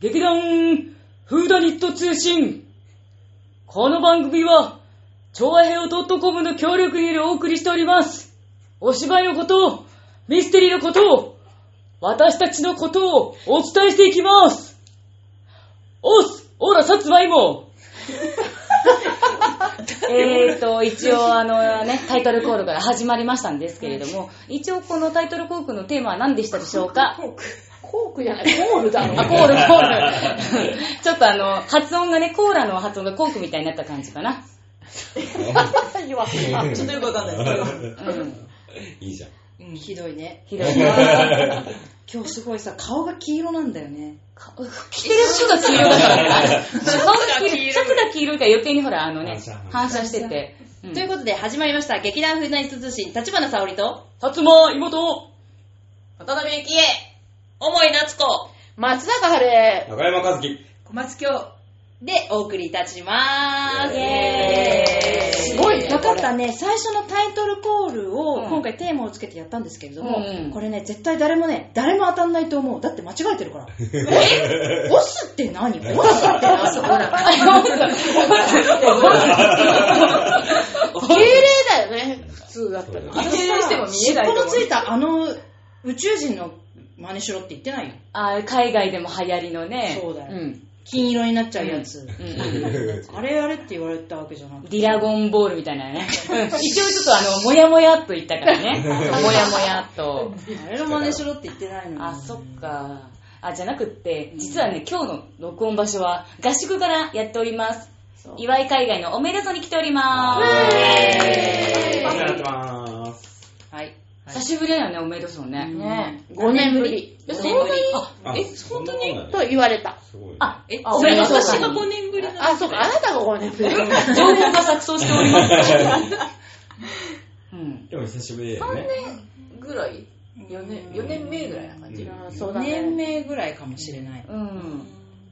劇団フーダニット通信この番組は、超和平を .com の協力によりお送りしております。お芝居のこと、ミステリーのこと、私たちのことをお伝えしていきますおすオラ、さつまいもえーと、一応あのね、タイトルコールから始まりましたんですけれども、一応このタイトルコールのテーマは何でしたでしょうかコークじゃない、コール だろ。あ、コール、コール。 ちょっとあの、発音がね、コーラの発音がコークみたいになった感じかな。言わちょっとよくわかんないですけど。うん。 いいじゃん。うん、ひどいね。 ひどいな。今日すごいさ、顔が黄色なんだよね。か着てる服が黄色だからね。顔が黄色い、シャツが黄色いから余計にほら、あのね反反射、射してて。うんということで始まりました、劇団フーダニット通信、立花沙織と、薩摩妹渡辺幸恵、重井夏子、松坂晴れ。中山和樹。小松京でお送りいたしまーす。イエーイすごいねよかったね。最初のタイトルコールうを、ん今回テーマをつけてやったんですけれども、うんうんこれね、絶対誰もね、誰も当たんないと思う。だって間違えてる から。えオスって 何オスって何ほら。敬礼だよね、普通だったら。そうだ敬礼しても見えないと思尻尾うのついたあの宇宙人の真似しろって言ってないよ。あー海外でも流行りのね。そうだよん金色になっちゃうやつ。うんうんあれあれって言われたわけじゃなくて。ディラゴンボールみたいなね。 うん一応ちょっとあの、もやもやっと言ったからね。もやもやっと。あれの真似しろって言ってないのに。あ、そっか。あ、じゃなくって、実はね、今日の録音場所は合宿からやっております。そう岩井海外のおめでとうに来ておりまお世話になーってまーす。はい。す。久しぶりだよね、おめでとうね。ね5年ぶり。え5そん年なぶりにああえ、本当にそんなもんだとね言われた。すごいね。あ、え、あそれおめでとう私が情五年ぶりなあ、そうか、あなたが5年ぶり。報が錯綜しております。うん。でも久しぶりだよね。ぐらい4年 ,4 年目ぐらいな感じ、うんあそうだ年ね。名ぐらいかもしれない。うん。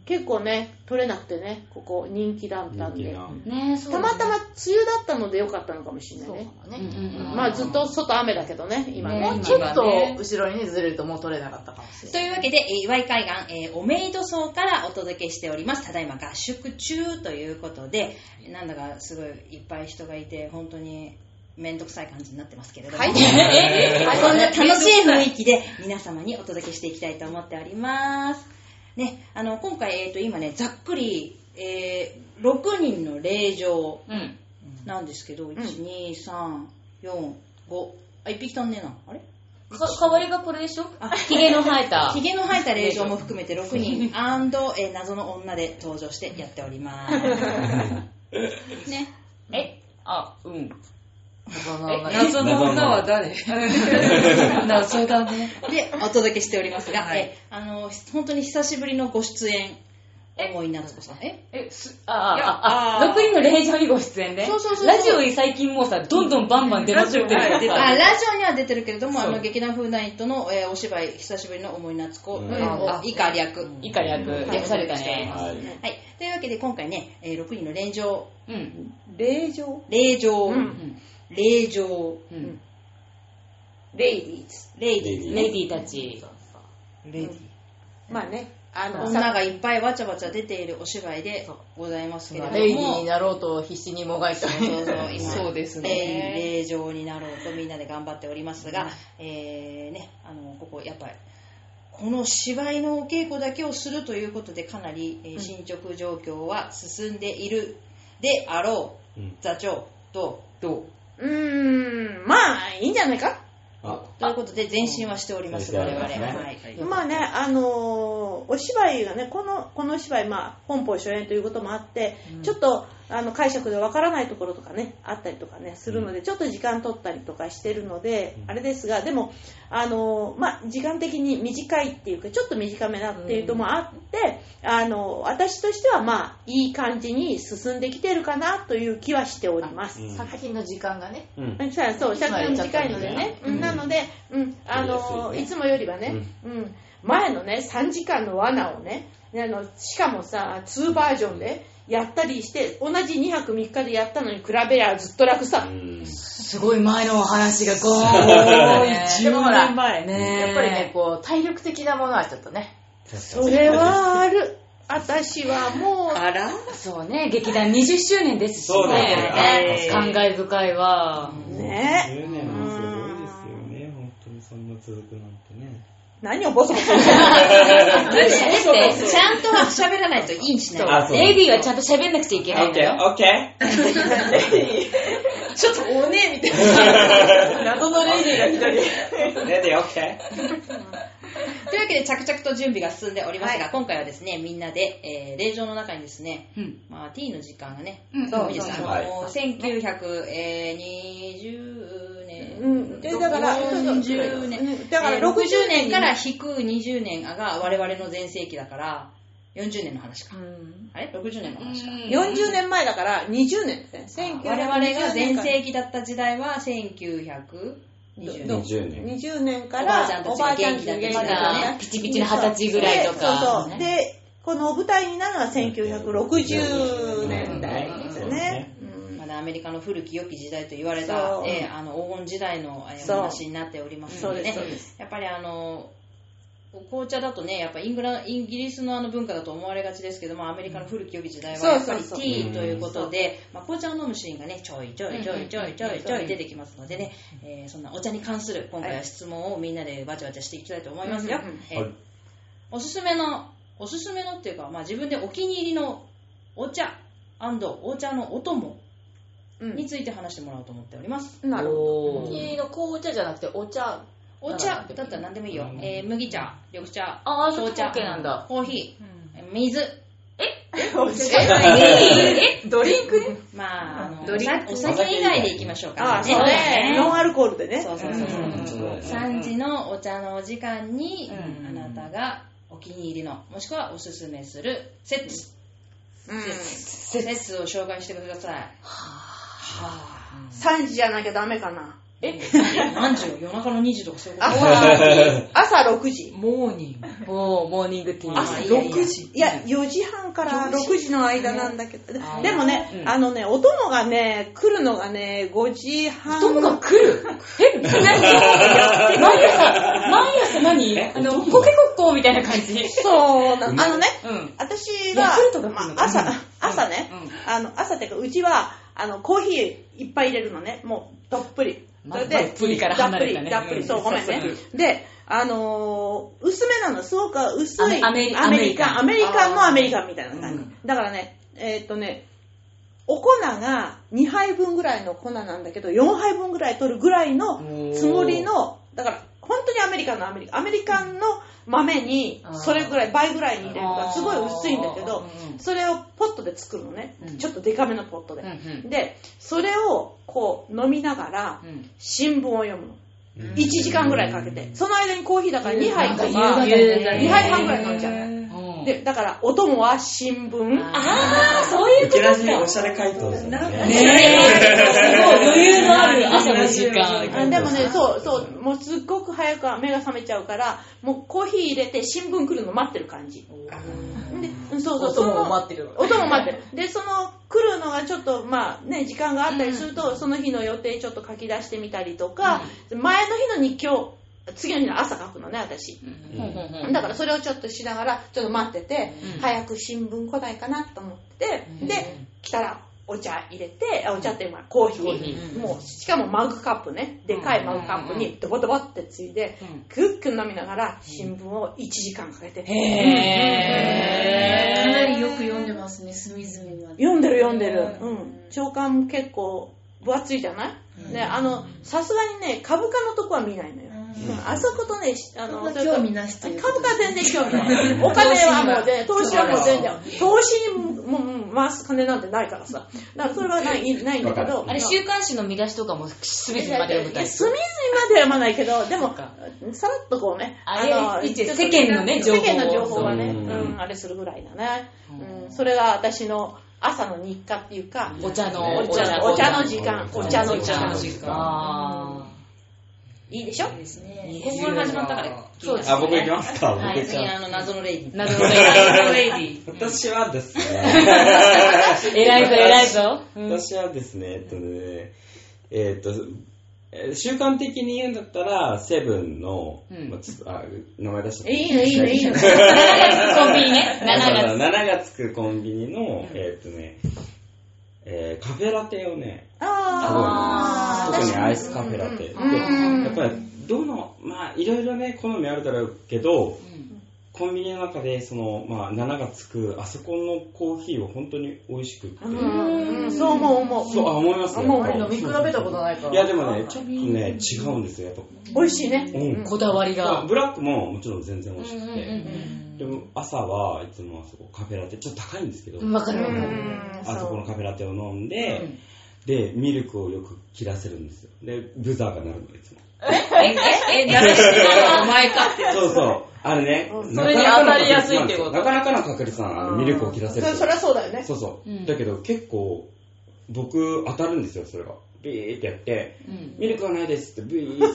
結構ね、取れなくてね、ここ人気だったん人気で。なねえ、そうただね。またま梅雨だったのでよかったのかもしれないそうね。かもね、うんうんうんまあずっと外雨だけどね、今ねね。もうちょっと後ろにねずれるともう取れなかったかもしれというわけで、えー岩井海岸、えーおメイド層からお届けしております。ただいま合宿中ということで、なんだかすごいいっぱい人がいて、本当にめんどくさい感じになってますけれども、 はいえ、え、はいそんな楽しい雰囲気で皆様にお届けしていきたいと思っております。ね、あの、今回、えっ、と、今ね、ざっくり、えー6人の霊場うん。なんですけど、1、2、3、4、5。あ、1匹飛んねえな。あれか、代わりがこれでしょヒゲの生え たヒ。ゲの生えた霊場も含めて6人えー謎の女で登場してやっております。ね。え、あ、うん。ないえ謎の女は誰謎だねで、お届けしておりますが、えーあの、本当に久しぶりのご出演、思い夏子さん。ええ、す、あいやあ、あ、あー6人の霊場にご出演で。そうそうそうそうラジオに最近もうさ、どんどんバンバン出まくってるからラジオあ、さ。ラジオには出てるけれども、あそうの、劇団風ナイトの、えーお芝居、久しぶりの思い夏子、うんえーをあ以下略。以下略、うん略されたね。はい。はい。というわけで、今回ね、え6人の霊場、うん。霊場霊場、うん霊場、うん。レイディーズ。霊ディーズレディーたち。レディまあね、あの、女がいっぱいわちゃわちゃ出ているお芝居でございますけれども、レイディーになろうと必死にもがいてそうそう今そうですえーね令状になろうとみんなで頑張っておりますが、えーね、あのここやっぱりこの芝居のお稽古だけをするということでかなり、えー進捗状況は進んでいるであろううん座長とどうーん、まあ、いいんじゃないかあ、ということで前進はしておりますあ我々、前進ははいまあね、あのーお芝居がね、この、この芝居、まあ、本邦初演ということもあって、ちょっと、あの、解釈でわからないところとかね、あったりとかね、するので、ちょっと時間取ったりとかしてるので、うんあれですが、でも、あのーまあ、時間的に短いっていうか、ちょっと短めなっていうともあって、あのー私としては、まあ、いい感じに進んできてるかなという気はしております。うんう作品の時間がねうん。うんそうそう、尺が短いのでまあやっねち。うんなので、うん、あの、やりやすいねいつもよりはね、うん、前のね、3時間の罠をね、あの、しかもさ、2バージョンでやったりして、同じ2泊3日でやったのに比べりゃずっと楽さう。ん。すごい前のお話がゴーン10年前ねやっぱりねこう体力的なものはちょっとねそれはある。私はもう、あらそうね、劇団20周年ですしそうだね。ねえー感慨深いわ。ね10年もすごいですよね、本当にそんな続くなんてね。何をボソボソ言ってる だって、だってちゃんとは喋らないとインし ない。あそうレイビーはちゃんと喋んなくちゃいけないんだよ。オッケー。ちょっとおねえみたいな。謎のレイディーが左。レディオッケというわけで着々と準備が進んでおりますが、今回はですね、みんなで、えー、令状の中にですね、うんまあ、T の時間がね、うんそうそうですそうね、そうあのは1920年、うんでだから40う年、んだからえー60年から引く20年が我々の全盛期だから、40年の話か。あれ ?60 年の話か。 40年前だから20年ですね。1920我々が年全から盛期だった時代は1920年。ー。20年。 20年かおばあちゃんらたちがたち元気がだまだ、ピチピチの20歳ぐらいとでそうか。そう。で、この舞台になるのは1960年代ですね。まだアメリカの古き良き時代と言われたそ、うえーあの黄金時代のえーそうお話になっておりますのでねそうでやっぱりあの紅茶だとねやっぱイングライギリスのあの文化だと思われがちですけどもアメリカの古き良き時代はそうやっぱそうりそうティーということで、まあ、紅茶を飲むシーンがねちょいちょいちょいちょいちょいちょい出てきますのでね、えーそんなお茶に関する今回は質問をみんなでバチバチしていきたいと思いますよ、うんうんうんえーはいおすすめのおすすめのっていうか、まあ、自分でお気に入りのお茶お茶のお供うんについて話してもらおうと思っております。なるほど。おーの紅茶じゃなくてお茶。お茶だったら何でもいいよ。えー麦茶、緑茶、あー紅茶、そっち OK なんだコーヒー、水。えドリンクね。まあ、あのドリンクお酒お酒以外でいきましょうか。ああ、そうね。ノンアルコールでねそ。うそうそうそう。3時のお茶のお時間に、うんあなたがお気に入りの、もしくはおすすめするセッツ。セッツ。セッツを紹介してください。は3時じゃなきゃダメかな。ぁ。何時よ夜中の2時とかそういうこと朝朝6時。モーニング。もう、モーニングティー。朝あいやい6時。いや、4時半から6時の間なんだけど、であーでもね、うんあのね、お供がね、来るのがね、5時半。友が来るえ何毎朝、毎朝何あの、コケコッコーみたいな感じ。そうなの。あのね、うん。私ヤはクルトが来るのまかあ、朝うん、朝ね、あの、朝っていうか、うちは、あの、コーヒーいっぱい入れるのね、もう、どっぷり。まあどっぷりからだっ離ぷれりたねだっぷり、うんそう、ごめんね。で、あのー薄めなの、すごく薄い。アメリアメリカン。アアメメリリカカンあンーのアメリカンみたいな感じ。うんだからね、えーっとね、お粉が2杯分ぐらいの粉なんだけど、4杯分ぐらい取るぐらいのつもりの、だから、本当にアメリカンのアメリカン、アメリカンの豆にあー、それぐらい、倍ぐらいに入れるから、すごい薄いんだけどうんうん、それをポットで作るのねうん。ちょっとデカめのポットでうんうん。で、それを、こう、飲みながらう、ん新聞を読むの。1時間ぐらいかけて。その間にコーヒーだから2杯となんかか、夕方だね2杯半ぐらい飲んじゃう。うんで、だから、お供は新聞。あー、そういううちらしこいおとしか。ゃれ回答ですよね。ねえ、すごい余裕のある朝の時間。あでもね、そう、そう、もうすっごく早く目が覚めちゃうから、もうコーヒー入れて新聞来るの待ってる感じ。で、うんそうそう、その、ってる音も待ってる。で、その来るのがちょっと、まあね、時間があったりすると、その日の予定ちょっと書き出してみたりとか、前の日の日記を、次の日の朝書くのね、私。だからそれをちょっとしながら、ちょっと待ってて、うん早く新聞来ないかなと思って、で、来たらお茶入れて、あお茶っていうかコーヒー。コーヒーもう、しかもマグカップね、でかいマグカップにドボドボってついで、クックン飲みながら新聞を1時間かけて、かなへりよく読んでますね、隅々まで。読んでる読んでる。うん。長官結構分厚いじゃない、ね、あの、さすがにね、株価のとこは見ないのよ。うんうんあそことね、しあの、株価それと興味なしということ 株価全然興味ない。お金はも う全然、投投資資ははもう全然、投資にももう回す金なんてないからさ。だからそれはないないんだけど。あれ、週刊誌の見出しとかも隅々まで読むいタイやプ。隅々までは読まないけど、でそもうか、さらっとこうね、あれ一応世間のね世情報を間の情報はね、そううん、あれするぐらいだね。うん、それが私の朝の日課っていうか、お茶の、お茶のお茶の時間、お茶のお時茶の間。時間。いいでしょですね。いい本番始まったから。そうですあ、僕行きますか僕はい行っち次ゃう。あの謎のレイディー。なるほど、レイディ。私はですね、偉いぞ、偉いぞ。私はですね、えっとね、えっと、えー習慣的に言うんだったら、セブンの、うんまあつあ名前出したいいのいいのいいの。7月コンビニね。7月。 7がつくコンビニの、えーっとね、えーカフェラテをね、すごいあ特にアイスカフェラテ。で、うんやっぱり、どの、まあ、いろいろね、好みあるだろうけど、コンビニの中で、その、まあ、7がつく、あそこのコーヒーを本当に美味しくって。ーうんそう思う思う。そう、あ、思いますね。もやっぱりう飲み比べたことないから。いや、でもね、ちょっとね、違うんですよ、やっぱ。美味しいね。うん。こだわりまあが。ブラックももちろん全然美味しくうんうんて。でも、朝はいつもあそこカフェラテ、ちょっと高いんですけど、わかるわかうる。んあそこのカフェラテを飲んで、で、ミルクをよく切らせるんですよ。で、ブザーが鳴るの、いつも。え、慣れしてたのお前かって。そうそう。あれね、それに当たりやすいってことなかなかの確率なんですよなかなかの確率なんあのミルクを切らせるそそりゃそうだよね。そうそう、うんだけど結構僕当たるんですよそれがビーってやって「ミルクはないです」ってビーって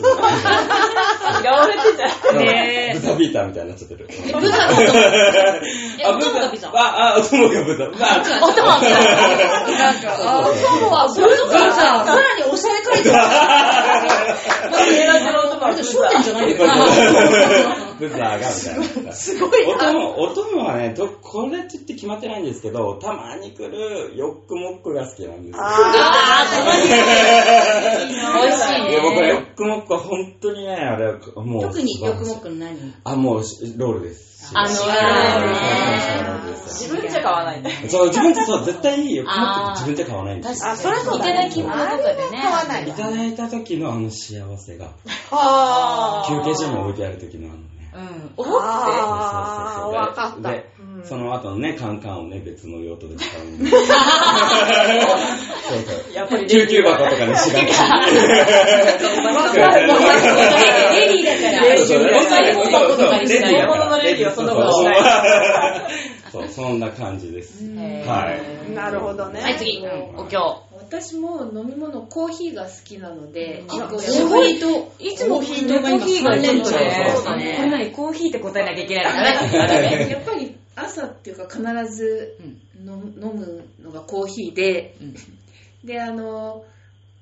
嫌われてた。ねブザビーターみたいになっちゃってるブ ザビーターあブザビーターああ友がブザまあおとわなんか、あー、そうは、そうさは、らにおしゃれかいてる。ヘラジロとか。焦点じゃないよ。ブザーがみたいなすごいなお供はねどこれって決まってないんですけどたまに来るヨックモックが好きなんですよ美味しいいや、僕はヨね。ックモックは本当にね、あれ、もう。特によくもっク。くん何あ、もう、しロールです。あのしあロールです自分じゃ買わないね。そう、自分でそう、絶対いいよ。ヨックモックあー自分で買わないんですよ。あ、そりゃそういだただね。き物とかでね。買わないいわ。ただいた時のあの幸せが、は休憩所に置いてある時のあのね。うん。ああ、わかそうそうそうった。でうん、その後のね、カンカンをね、別の用途で使 うんで。そうそう。やっぱり救急箱とかに しがち。レディーだから。レジ本当にレジ本当にレジレジだから本物のレジはそんなことしないそう、そんな感じです。へーはい。なるほどね。はい、次。うんお経。私も飲み物コーヒーが好きなので、あら一個やっぱりすごいと。いつもコーヒーがね、そうそうそうこんなにコーヒーって答えなきゃいけないのかね。やっぱり朝っていうか必ず飲む飲むのがコーヒーで、で、あの、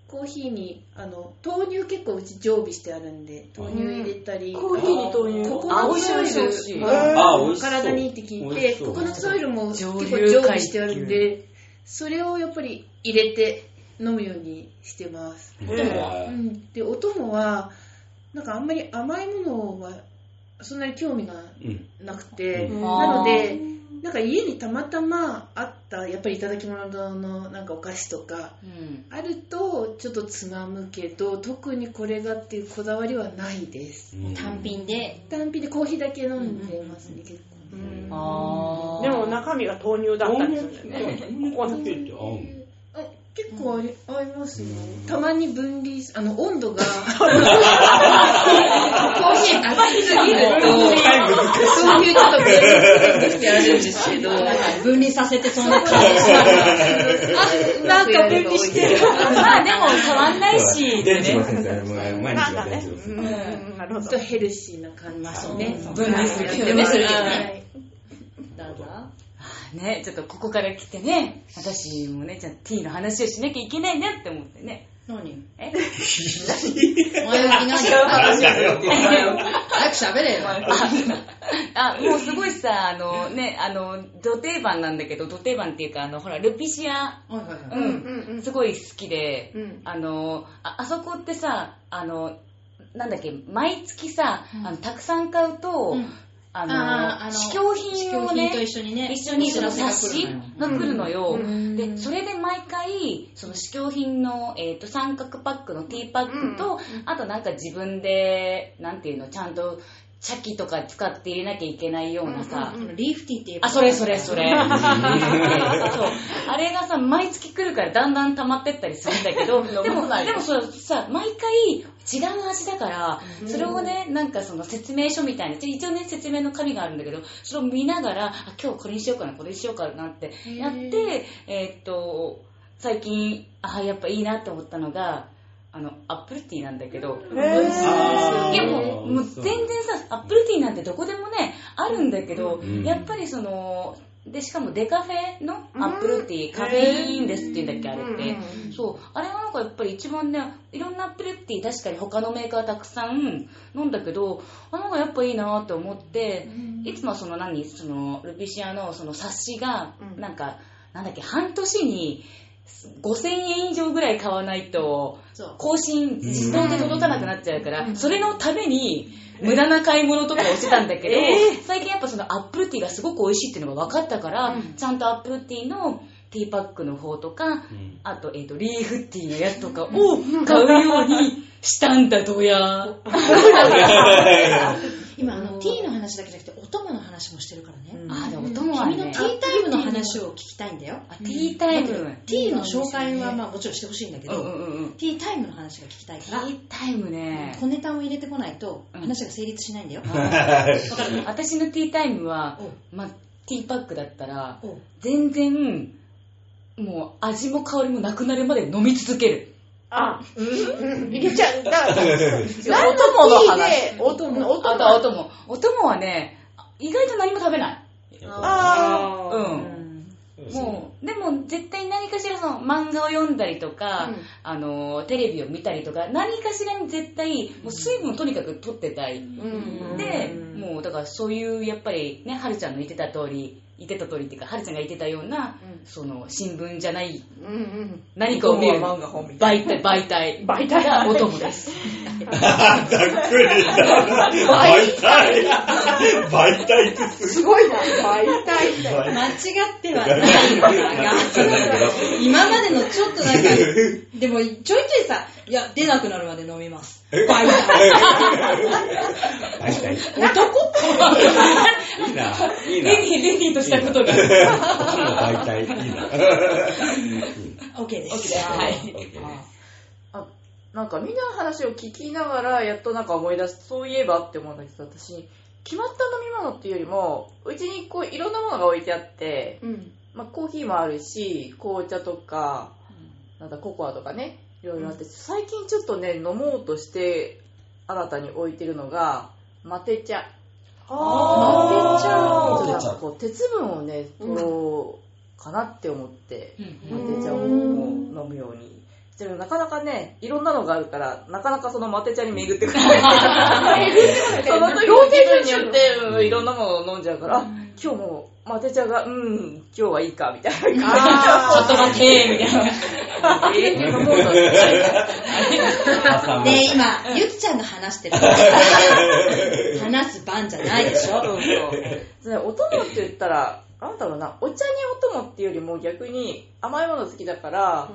コーヒーに、あの、豆乳結構うち常備してあるんで、豆乳入れたり、コーヒーに豆乳ココあナッ美味しい美味しい美味ツしオイいルあ美味しそう体にいいって聞い美味てしそうココナッツオイルも結構上常流備してあるんでそれをやっぱり入れて飲むようにしてます、うんうん、でお供はなんかあんまり甘いものはそんなに興味がうんなくて、うんなのでなんか家にたまたまあったやっぱりいただき物のなんかお菓子とかうんあるとちょっとつまむけど特にこれがっていうこだわりはないですうん単品で。単品でコーヒーだけ飲んでますね、結う構んね。あでも中身が豆乳だったりするんだよね。コーヒーって合うのあ結構あり、合いますよ。たまに分離す、あの、温度が、コーヒー熱すぎると、そういうちょっと分離してやるんですけど、分離させてそんななんか分離してる。まあでも変わんないし。電池の先生、前毎なん日かが電ね池うの。先んうん生。なるほちょっとど。ヘルシーな感じですね。分離するけど分離するけどはね。どうぞ。ね、ちょっとここから来てね、私もね、じゃあティーの話をしなきゃいけないなって思ってね。何え前置き何 早く喋れよ。あ、もうすごいさ、あのね、あの、土定番なんだけど、土定番っていうか、あの、ほら、ルピシア、はいはいはうい。ん、うんうんすごい好きで、うんあのあ、あそこってさ、あの、なんだっけ、毎月さ、あのたくさん買うと、うんあの、試供品をね、と一緒にね、一緒にその冊子が来るのよ、うんでそれで毎回その試供品の、えー、と三角パックのティーパックと、あとなんか自分でなんていうのちゃんと茶器とか使って入れなきゃいけないようなさ、リーフティーって言えば。あそれそれそれ そうあれがさ毎月来るからだんだん溜まってったりするんだけ どでもでもそうさ毎回違う味だから、それをねなんかその説明書みたいなで一応ね説明の紙があるんだけどそれを見ながらあ今日これにしようかなこれにしようかなってやってえーっと最近あやっぱいいなって思ったのがあのアップルティーなんだけど、あーいやもうもう全然さアップルティーなんてどこでもねあるんだけど、うんやっぱりそので、しかもデカフェのアップルティー、カフェインですって言うんだっけ、あれって。そう。あれはなんかやっぱり一番ね、いろんなアップルティー確かに他のメーカーたくさん飲んだけど、あの方がやっぱいいなって思って、いつもその何、そのルピシアのその冊子が、うんなんか、なんだっけ、半年に5000円以上ぐらい買わないと、そう更新自動で届かなくなっちゃうから、それのために無駄な買い物とかをしてたんだけど、最近やっぱそのアップルティーがすごく美味しいっていうのが分かったから、ちゃんとアップルティーのティーパックの方とか、うんあと、えっ、と、リーフティーのやつとかを買うようにしたんだ、どや。今あの、ティーの話だけじゃなくてお供の話もしてるからね、うんあ、でも、お供は君のティねー、タイムの話を聞きたいんだよあティータイムだけどティーの紹介はまあもちろんしてほしいんだけうんど、うんうん。ティータイムの話が聞きたいテかィら、ータイムね。小ネタを入れてこないとうん話が成立しないんだよ、私のティータイムはおう、まあ、ティーパックだったら、おう全然、もう味も香りもなくなるまで飲み続ける。あ、うん、いけちゃう。だ から、何お供のの話で、お供、おあとはお供。供。お供はね、意外と何も食べない。あうあん。もう、でも絶対何かしらその漫画を読んだりとか、うんあの、テレビを見たりとか、何かしらに絶対、もう水分をとにかく取ってたい。ーうんで、もうだからそういう、やっぱりね、はるちゃんの言ってた通り、言ってた通りっていうか、はるちゃんが言ってたような、うその、新聞じゃない、うんうん。何かを見る本は漫画本み媒体、媒体。媒体がお供です。ざっくりだ。媒体媒体ってすすごいな、大体。ごい。間違ってはないん だが今までのちょっとなんかでもちょいちょいさいや出なくなるまで飲みますえバイ媒体。いいな。いいな。レディー、レディーとしたことが。こっちも媒体。いいな。 OK で すはい。なんかみんなの話を聞きながら、やっとなんか思い出す、そういえばって思うんだけど、私、決まった飲み物っていうよりも、うちにこういろんなものが置いてあって、うん。まあ、コーヒーもあるし、紅茶とか、なんだ、ココアとかね、いろいろあって、最近ちょっとね、飲もうとして、新たに置いてるのが、マテ茶。あちょマっとテ茶なんかこう、鉄分をね、取ろうかなって思って、うんマテ茶を飲むように。でもなかなかね、いろんなのがあるから、なかなかそのマテ茶に巡ってくれない。その時ローテーションによって、うんいろんなものを飲んじゃうから、あ今日もマテ茶が、うん、今日はいいか、みたいな感じ。ちょっと待って、みたいな。 えー、飲もうとして挟むで今ゆきちゃんが話してる話す番じゃないでしょそうそう。お供って言ったら、なんだろうな、お茶にお供っていうよりも逆に甘いもの好きだから、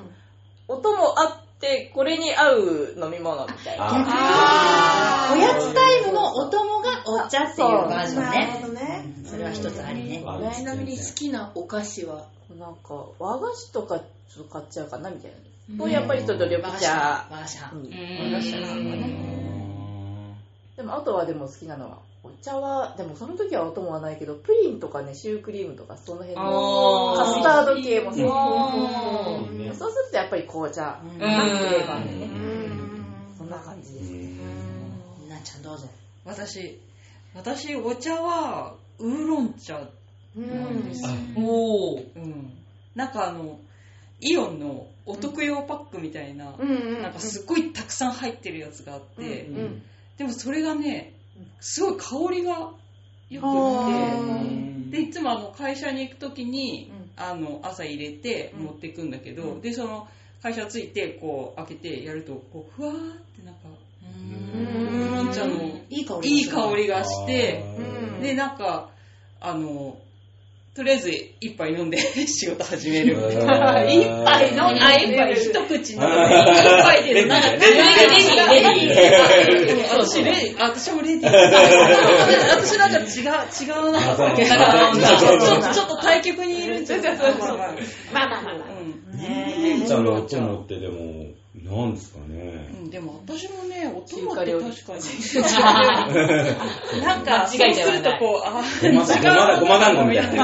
お供あって、これに合う飲み物みたいな。あおやつタイムのお供がお茶っていうバージョンなるねほどね。それは一つありねあちなみに好きなお菓子はなんか、和菓子とかちょっと買っちゃうかなみたいな。こうやっぱりちょっと緑和菓子茶和菓子に。うでもあとはでも好きなのは、お茶は、でもその時はお供はないけど、プリンとかね、シュークリームとかその辺のカスタあーード系もそう。んいいねそうするとやっぱり紅茶、うんフレーバーでうね。ん。そんな感じです。なっちゃんどうぞ私、私、お茶は、ウーロン茶。うん。おー。うん。なんかあの、イオンのお得用パックみたいな、うん。なんかすっごいたくさん入ってるやつがあって、うんうんでもそれがね、すごい香りが良あくーって、で、いつもあの会社に行くときに、あの、朝入れて持ってくんだけど、で、その、会社着いて、こう、開けてやると、こう、ふわーってなんか、ウーロン茶のいい香りいい香りがして、うんで、なんか、あの、とりあえず一杯飲んで仕事始める。うん一杯飲んで、あ、一杯、一口飲んで、一杯で、なんか、レレディー、レディー。私レ、私もレ ディー。私なんか違う、違うな。ちょっと、ちょっと対局にいるんじゃないまあまあまあまあ。んちゃんのお供ってでも、なんですかね。でも私もね、お供中っ華て料理確か に。なんか、そうするとこう、あごまだ、ごま団子みたいな。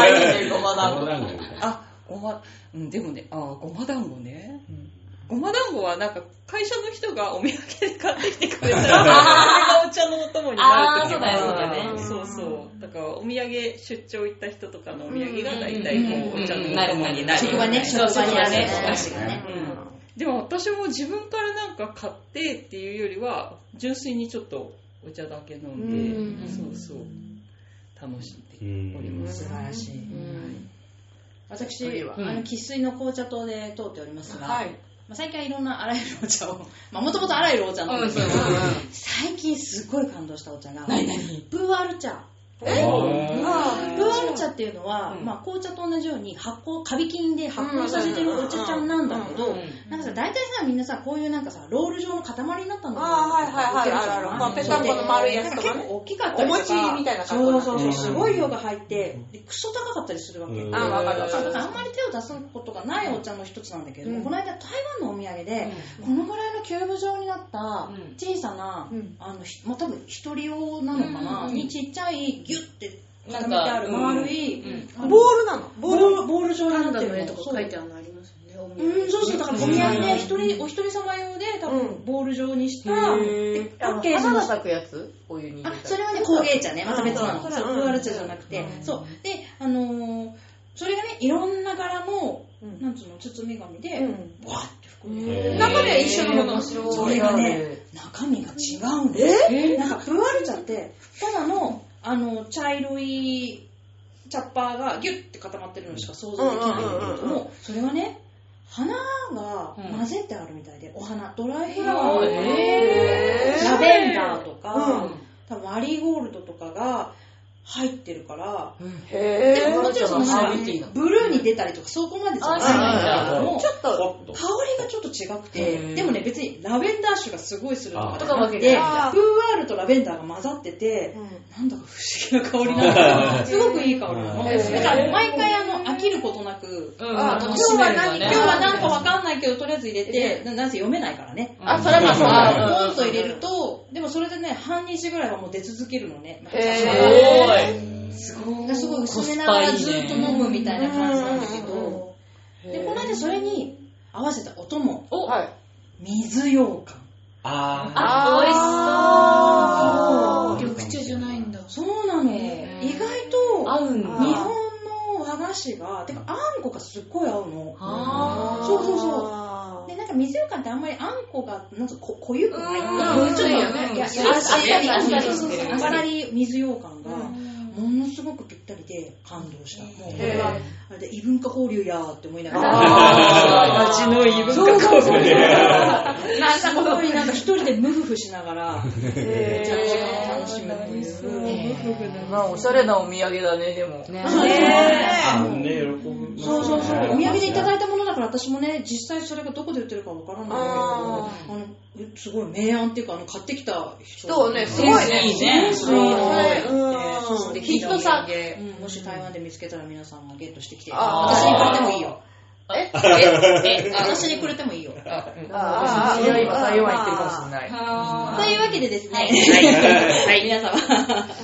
あ、いいね、ごまご団ま子。団子みたいな。あ、ごま、うん、でもね、あーごま団子ね。ごま団子はなんか会社の人がお土産で買ってきてくれたら、それが お茶のお供になる時もあるからあーそうそう。だからお土産出張行った人とかのお土産が大体こうお茶のお供になる。職場ね、職場にあるねそうそうそうお菓子がね。でも私も自分からなんか買ってっていうよりは、純粋にちょっとお茶だけ飲んで、そうそう。楽しんでおります。素晴らしい。私、うあんの、喫水の紅茶糖で通っておりますが、はいまあ最近はいろんなあらゆるお茶を、 まあもともとあらゆるお茶なんですけど、最近すごい感動したお茶が、プーアール茶。プーアール茶っていうのは、まあ紅茶と同じように発酵、カビ菌で発酵させてるお茶ちゃんなんだけど、なんかさ、大体さ、みんなさ、こういうなんかさ、ロール状の塊になったんだあーはいはいはいあるあるまあペタンコの丸いやつとかねなん結構大きかったりとか。お餅みたいなそうそうそうう、んすごい量が入って、でクソ高かったりするわけ。うんあ、わかるわかそうるだ。からあんまり手を出すことがないお茶の一つなんだけど、この間台湾のお土産で、このぐらいのキューブ状になったうん小さな、うんあのひまあ、多分一人用なのかな、にちっちゃいギュッて固めてあるなんか丸い、あのボールなのボボールールボール状にカなナっダてるの絵とのかそう書いてあるのありますよね。うん、そうそう、だからお土産で、一人、お一人様用で、多う分、ボール状にした、でパッケージにした。咲くやつお湯にあ、それはね、工芸茶ね。また別なの。うそんう、プーアル茶じゃなくて。そう。で、あのー、それがね、いろんな柄の、うんなんつうの、包み紙うで、んバーって含んへでー中身は一緒のもの。それがね、中身が違うんだよ。えなんか、プーアル茶って、ただの、あの、茶色い、チャッパーがギュッて固まってるのしか想像できないんだけどうんうんうんも、それはね、花が混ぜてあるみたいで、お花、ドライフラワーとか、えーラベンダーとか、うん多分マリーゴールドとかが入ってるから、へでーももちろんそのハさーブティーなのブルーに出たりとかそういうことまでじゃないんだけども、ちょっと、っ香りがちょっと違くて、でもね、別にラベンダー種がすごいするとかじゃなくて、とでプーかわアけールとラベンダーが混ざってて、うんなんだか不思議な香 りなんだけど、すごくいい香りなの。へーだから毎回あの、飽きることなく、うんあ今楽日しめはるよ何、ね今日は何かわかんないけど、とりあえず入れて、ななんせ読めないからね。あ、そそれれははそうそう。ポンと入れると、でもそれでね、半日ぐらいはもう出続けるのね。へーすごい。すごい薄めながらずっと飲むみたいな感じなんだけど。で、この間それに合わせたお供。を水羊羹。ああー緑茶じゃないんだ。そうなの。意外と、合うんだ。日本の和菓子が、てかあんこがすっごい合うの。あそうそうそう。そで、なんか水ようかんってあんまりあんこが、なんかこ濃ゆくない。うんちょっと、うんいうや、あっんさり、ああっさっさりり、してるあっさり水ようかんが、うものすごくぴったりで感動した。もうこれへが、ーあれで異文化交流やーって思いながあら。味のいい文そうそうそう。なんすごい、なんか一人でムフフしながら、う。めちゃくちへゃ楽しむっていう。まあ、おしゃれなお土産だね、でも。ぇー。ねあね喜ぶそうそうそう。お土産でいただいたものだから、私もね、実際それがどこで売ってるかわからないんだけど、ああの、えすごい明暗っていうか、あの、買ってきた人。そうね、すごいね。いいね。すうんごいうんできっとさ、うんもし台湾で見つけたら皆さんがゲットしてきて、あ私に買ってもいいよ。ええ、私にくれてもいいよ。といああ、いや、今、台湾行ってるかもしれない。うわけでですね、はい、皆様。コーヒー糖が結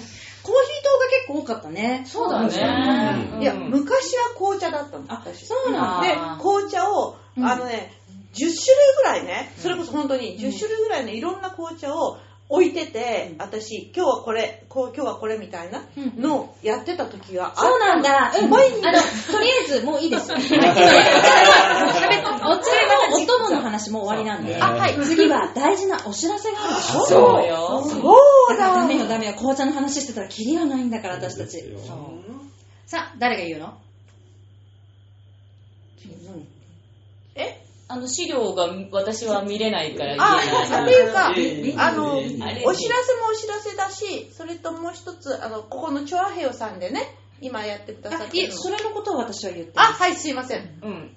構多かったね。そうだね。いや、昔は紅茶だったの。あ、私そうなんだ。であー紅茶をうんあのね、10種類ぐらいねそれこそ本当に10種類ぐらいのいろんな紅茶を置いてて、私今日はこれこう今日はこれみたいなのをやってた時があったそうなんだ。うん、あの、とりあえずもうい いです。はいこちらはこちらのお供の話もう終わりなんで。。あはい次は大事なお知らせがあるでしょそうよ。そうダだメよダメよ。紅茶の話してたらキリがないんだから、私たちそうです。よそうさあ、誰が言うのあの資料が私は見れないからあ言えない。っていうかええあのええあれお知らせもお知らせだしそれともう一つあのここのチョアヘヨさんでね今やってくださあっ、いてえ、るのそれのことを私は言ってあますはいすいませんうん。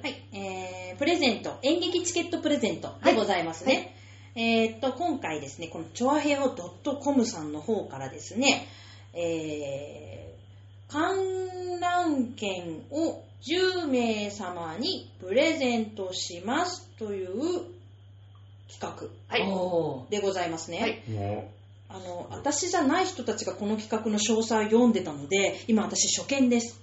はい、えー、プレゼント、演劇チケットプレゼントでございますね。えーっと、今回ですね、このチョアヘオ .com さんの方からですね、えー、観覧券を10名様にプレゼントしますという企画おでございますね。もあの、私じゃない人たちがこの企画の詳細を読んでたので、今私 初見です。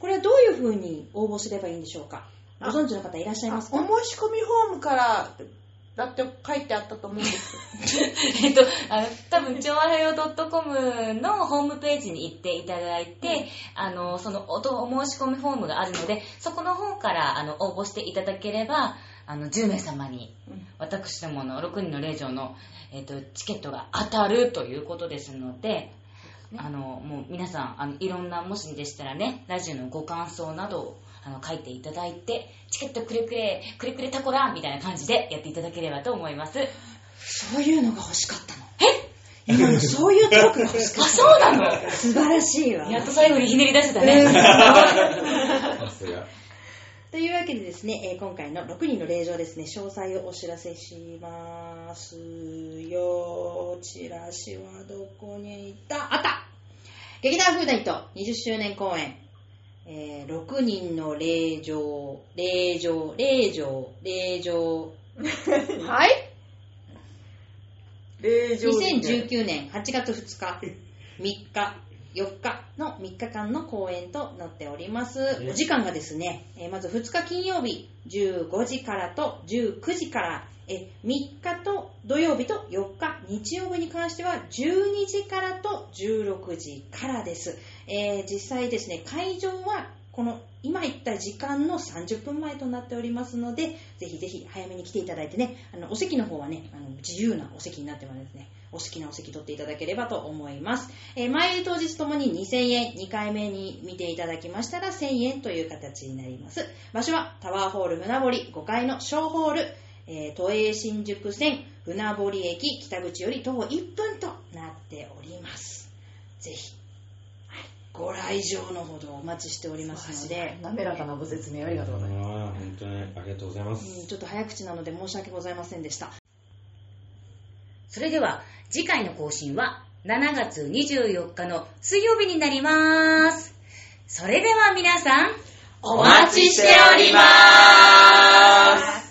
これはどういうふうに応募すればいいんでしょうかご存知の方いらっしゃいますおか申し込みフォームからだって書いてあったと思うんです えっと、あの、多分、調和平洋 .com のホームページに行っていただいて、あの、そのおと、お申し込みフォームがあるので、そこの方から、あの、応募していただければ、あの、10名様に、私どもの6人の令嬢の、えっと、チケットが当たるということですので、あの、もう皆さん、あの、いろんな、もしでしたらね、ラジオのご感想などを、あの、書いていただいて、チケットくれくれ、くれくれタコラみたいな感じでやっていただければと思います。そういうのが欲しかったの。え今のそういうトークが欲しかあ、そうなのった。素晴らしいわ。やっと最後にひねり出せたね。さすが。というわけでですね、えー今回の6人の令状ですね、詳細をお知らせしますよ。チラシはどこに行ったあった劇団フーダイト20周年公演、えー6人の令状、令状、令状、令状、よ。はい令状みたいな2019年8月2日、3日、4日の3日間の公演となっております。うんお時間がですね、えーまず2日金曜日15時からと19時から、え3日と土曜日と4日、日曜日に関しては12時からと16時からです。えー実際ですね、会場はこの今言った時間の30分前となっておりますので、ぜひぜひ早めに来ていただいてね、あのお席の方はね、あの自由なお席になってますのでね、お好きなお席取っていただければと思います。えー前当日ともに2000円、2回目に見ていただきましたら1000円という形になります。場所はタワーホール船堀5階の小ホール、えー都営新宿線船堀駅北口より徒歩1分となっております。ぜひ、はいご来場のほどお待ちしておりますので、滑らかなご説明ありがとうございます。ああ、本当にありがとうございまうんす。ちょっと早口なので申し訳ございませんでした。それでは、次回の更新は7月24日の水曜日になります。それでは皆さん、お待ちしております。